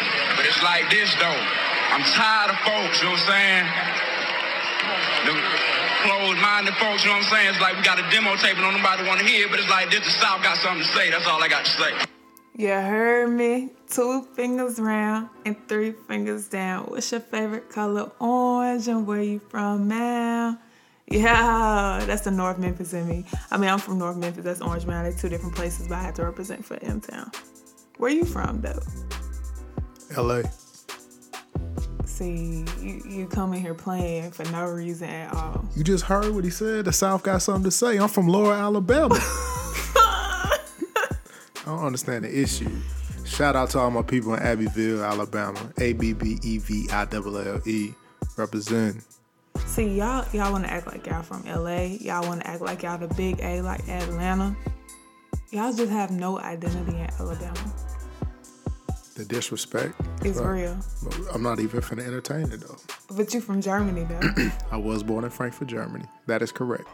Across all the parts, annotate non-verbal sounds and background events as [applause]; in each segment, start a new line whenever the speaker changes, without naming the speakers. it's like this though. I'm tired of folks, you know what I'm saying? The closed-minded folks, you know what I'm saying? It's like we got a demo tape and don't nobody want to hear, it, but it's like this the South got something to say. That's all I got to say.
You heard me. Two fingers round and three fingers down. What's your favorite color? Orange. And where you from now? Yeah, that's the North Memphis in me. I mean, I'm from North Memphis. That's Orange Mountain. Two different places, but I have to represent for M Town. Where you from though?
LA.
See, you, you come in here playing for no reason at all. [laughs]
You just heard what he said. The South got something to say. I'm from Laura, Alabama. I don't understand the issue. Shout out to all my people in Abbeville, Alabama. A B B E V I L L E. Represent.
See, y'all y'all want to act like y'all from LA. Y'all want to act like y'all the big A like Atlanta. Y'all just have no identity in Alabama.
The disrespect.
It's
But-
real.
but I'm not even finna entertain it though.
But you from Germany though.
I was born in Frankfurt, Germany. That is correct.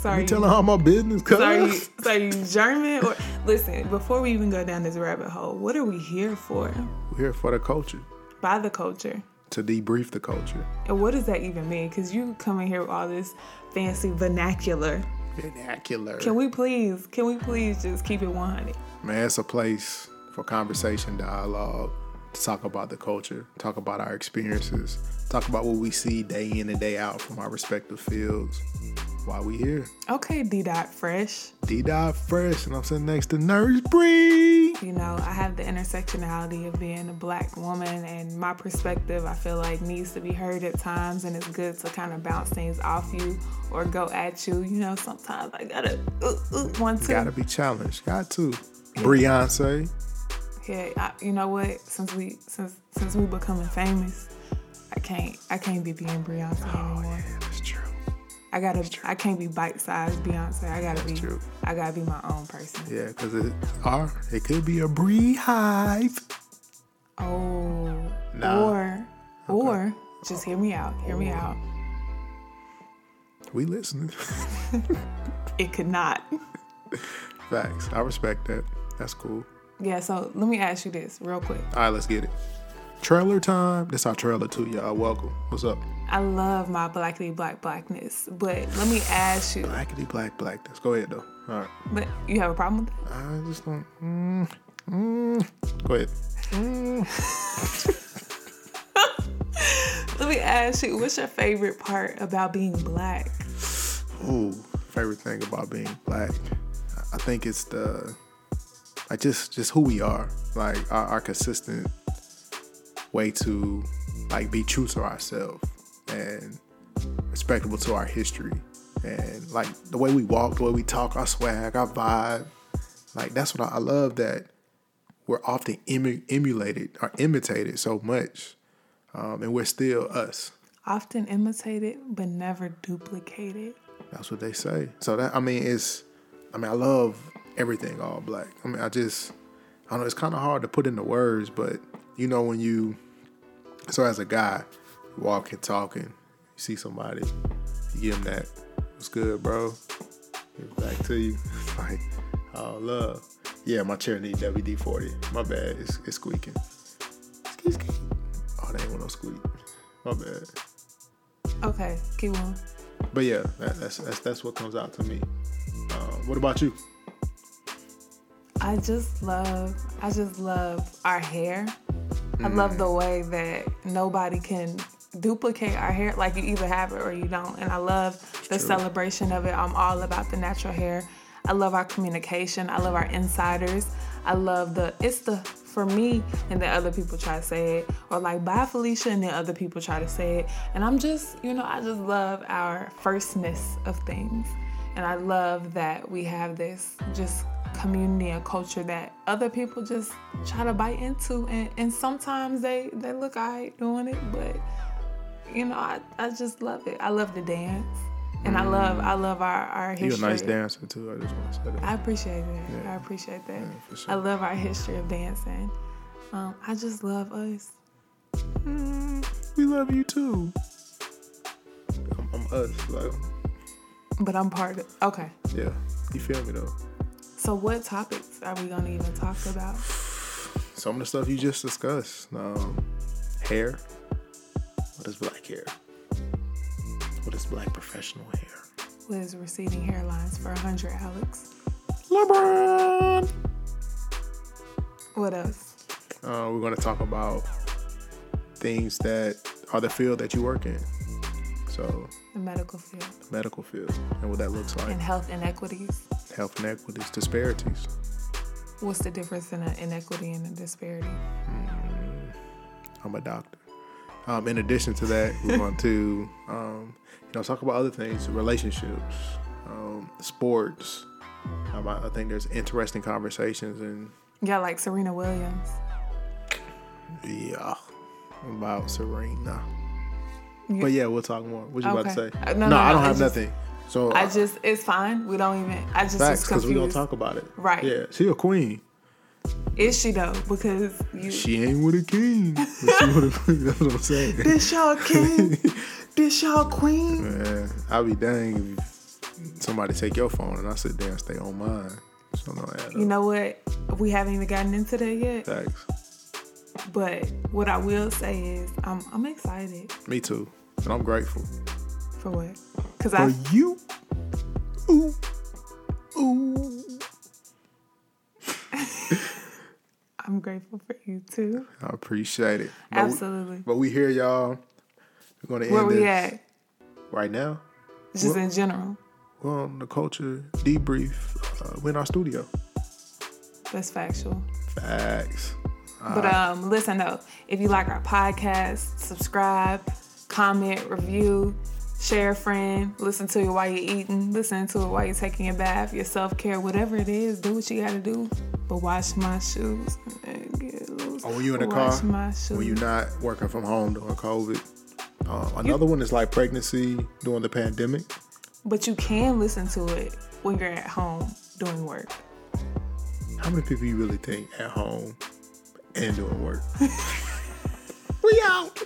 Sorry.
You telling all my business, cuz.
So are you, so are you German or listen? Before we even go down this rabbit hole, what are we here for?
We're here for the culture,
By the culture,
to debrief the culture.
and what does that even mean? Because you come in here with all this fancy vernacular.
Vernacular.
Can we please? Can we please just keep it 100?
Man, it's a place for conversation, dialogue, to talk about the culture, talk about our experiences, talk about what we see day in and day out from our respective fields. Why we here?
Okay, D dot fresh.
D Dive Fresh, and I'm sitting next to Nurse Bree.
You know, I have the intersectionality of being a black woman, and my perspective, I feel like, needs to be heard at times, and it's good to kind of bounce things off you or go at you. You know, sometimes I gotta ooh, ooh, one, two.
Gotta be challenged. Got to. Beyonce.
Yeah, I, you know what? Since we since since we becoming famous, I can't I can't be being Beyonce
Oh,
anymore.
that's true.
I gotta I can't be bite sized Beyonce. I gotta be
true.
I gotta be my own person.
Yeah, because it are it could be a Bree hive.
Oh,
Nah.
or or just hear me out. Hear me out.
We listening. [laughs]
It could not.
Facts. I respect that. That's cool.
Yeah. So let me ask you this real quick.
All right, let's get it. Trailer time. This our trailer too, y'all. Welcome. What's up?
I love my blackity black blackness, but let me ask you.
Blackity black black. Let's go ahead though. All right.
But you have a problem with that?
I just don't. Mm, mm. Go ahead.
Let me ask you. What's your favorite part about being black?
Ooh, favorite thing about being black. I think it's the like just just who we are. Like our, our consistent way to like be true to ourselves and respectable to our history. And like the way we walk, the way we talk, our swag, our vibe. Like that's what I, I love that we're often emu- emulated or imitated so much. Um, and we're still us.
often imitated but never duplicated.
That's what they say. So that I mean, it's I mean, I love everything all black. I mean, I just I don't know. It's kind of hard to put into words, but you know when you so as a guy walking, talking, you see somebody, you give them that. What's good, bro? Give it back to you. [laughs] like, oh love. Yeah, my chair need WD forty. My bad. It's, it's squeaking. Squeak, squeak. Oh, they ain't want no squeak. My bad.
Okay, keep on.
But yeah, that, that's that's that's what comes out to me. Uh, what about you?
I just love, I just love our hair. I love the way that nobody can duplicate our hair. Like you either have it or you don't. And I love the celebration of it. I'm all about the natural hair. I love our communication. I love our insiders. I love the, it's the, for me, and then other people try to say it, or like bye Felicia, and then other people try to say it. And I'm just, you know, I just love our firstness of things. And I love that we have this just community and culture that other people just try to bite into. And, and sometimes they, they look all right doing it, but you know, I, I just love it. I love the dance. And I love I love our, our history.
Mm. You a nice dancer too. I just want to say that.
I appreciate that. I appreciate that.
for
I
sure.
love our history of dancing. Um, I just love us.
we love you too. I'm, I'm us. Like,
But I'm part of okay.
yeah, you feel me though.
So what topics are we gonna even talk about?
some of the stuff you just discussed. Um, hair. What is black hair? What is black professional hair?
Liz receding hairlines for 100, Alex.
LeBron.
What else?
Uh, we're going to talk about things that are the field that you work in. So,
The medical field
medical field and what that looks like.
and health inequities.
Health inequities, disparities.
What's the difference in an inequity and a disparity?
I'm a doctor. Um, in addition to that, we
[laughs]
want to um, you know talk about other things, relationships, um, sports. Um, I, I think there's interesting conversations and
Yeah, like Serena Williams.
yeah about Serena. But yeah, we'll talk more. What you about to
Okay.
say?
Uh,
no,
no, no,
I don't
I
have
just-
nothing. So
I just, it's fine. We don't even, I just was
facts because
confused.
we gonna talk about it.
Right.
Yeah, she a queen.
Is she though? Because you,
She ain't with a king. But she with a, [laughs] that's what I'm saying.
this y'all
[laughs]
king, this y'all queen.
Man, I'll be dang if somebody take your phone and I sit there and stay on mine. So no add
You
up.
know what? We haven't even gotten into that yet.
Facts.
But what I will say is, I'm, I'm excited
Me too. And I'm grateful.
for what? Because
For
I,
you. Ooh. Ooh.
I'm grateful for you too.
I appreciate it. But we-
Absolutely.
but we here, y'all. We're gonna end
Where we
this
at?
right now.
Just in general.
We're on the culture debrief. Uh, we're in our studio.
That's factual.
Facts.
But
Uh.
um, listen though, if you like our podcast, subscribe, comment, review, share a friend, listen to it while you're eating, listen to it while you're taking your bath, your self care, whatever it is, do what you gotta do. But wash my shoes. and get loose.
Or when Oh, you in the
Wash
car,
my shoes.
when you're not working from home during COVID. Um, another one is like pregnancy during the pandemic.
but you can listen to it when you're at home doing work.
How many people you really think at home and doing work? we out.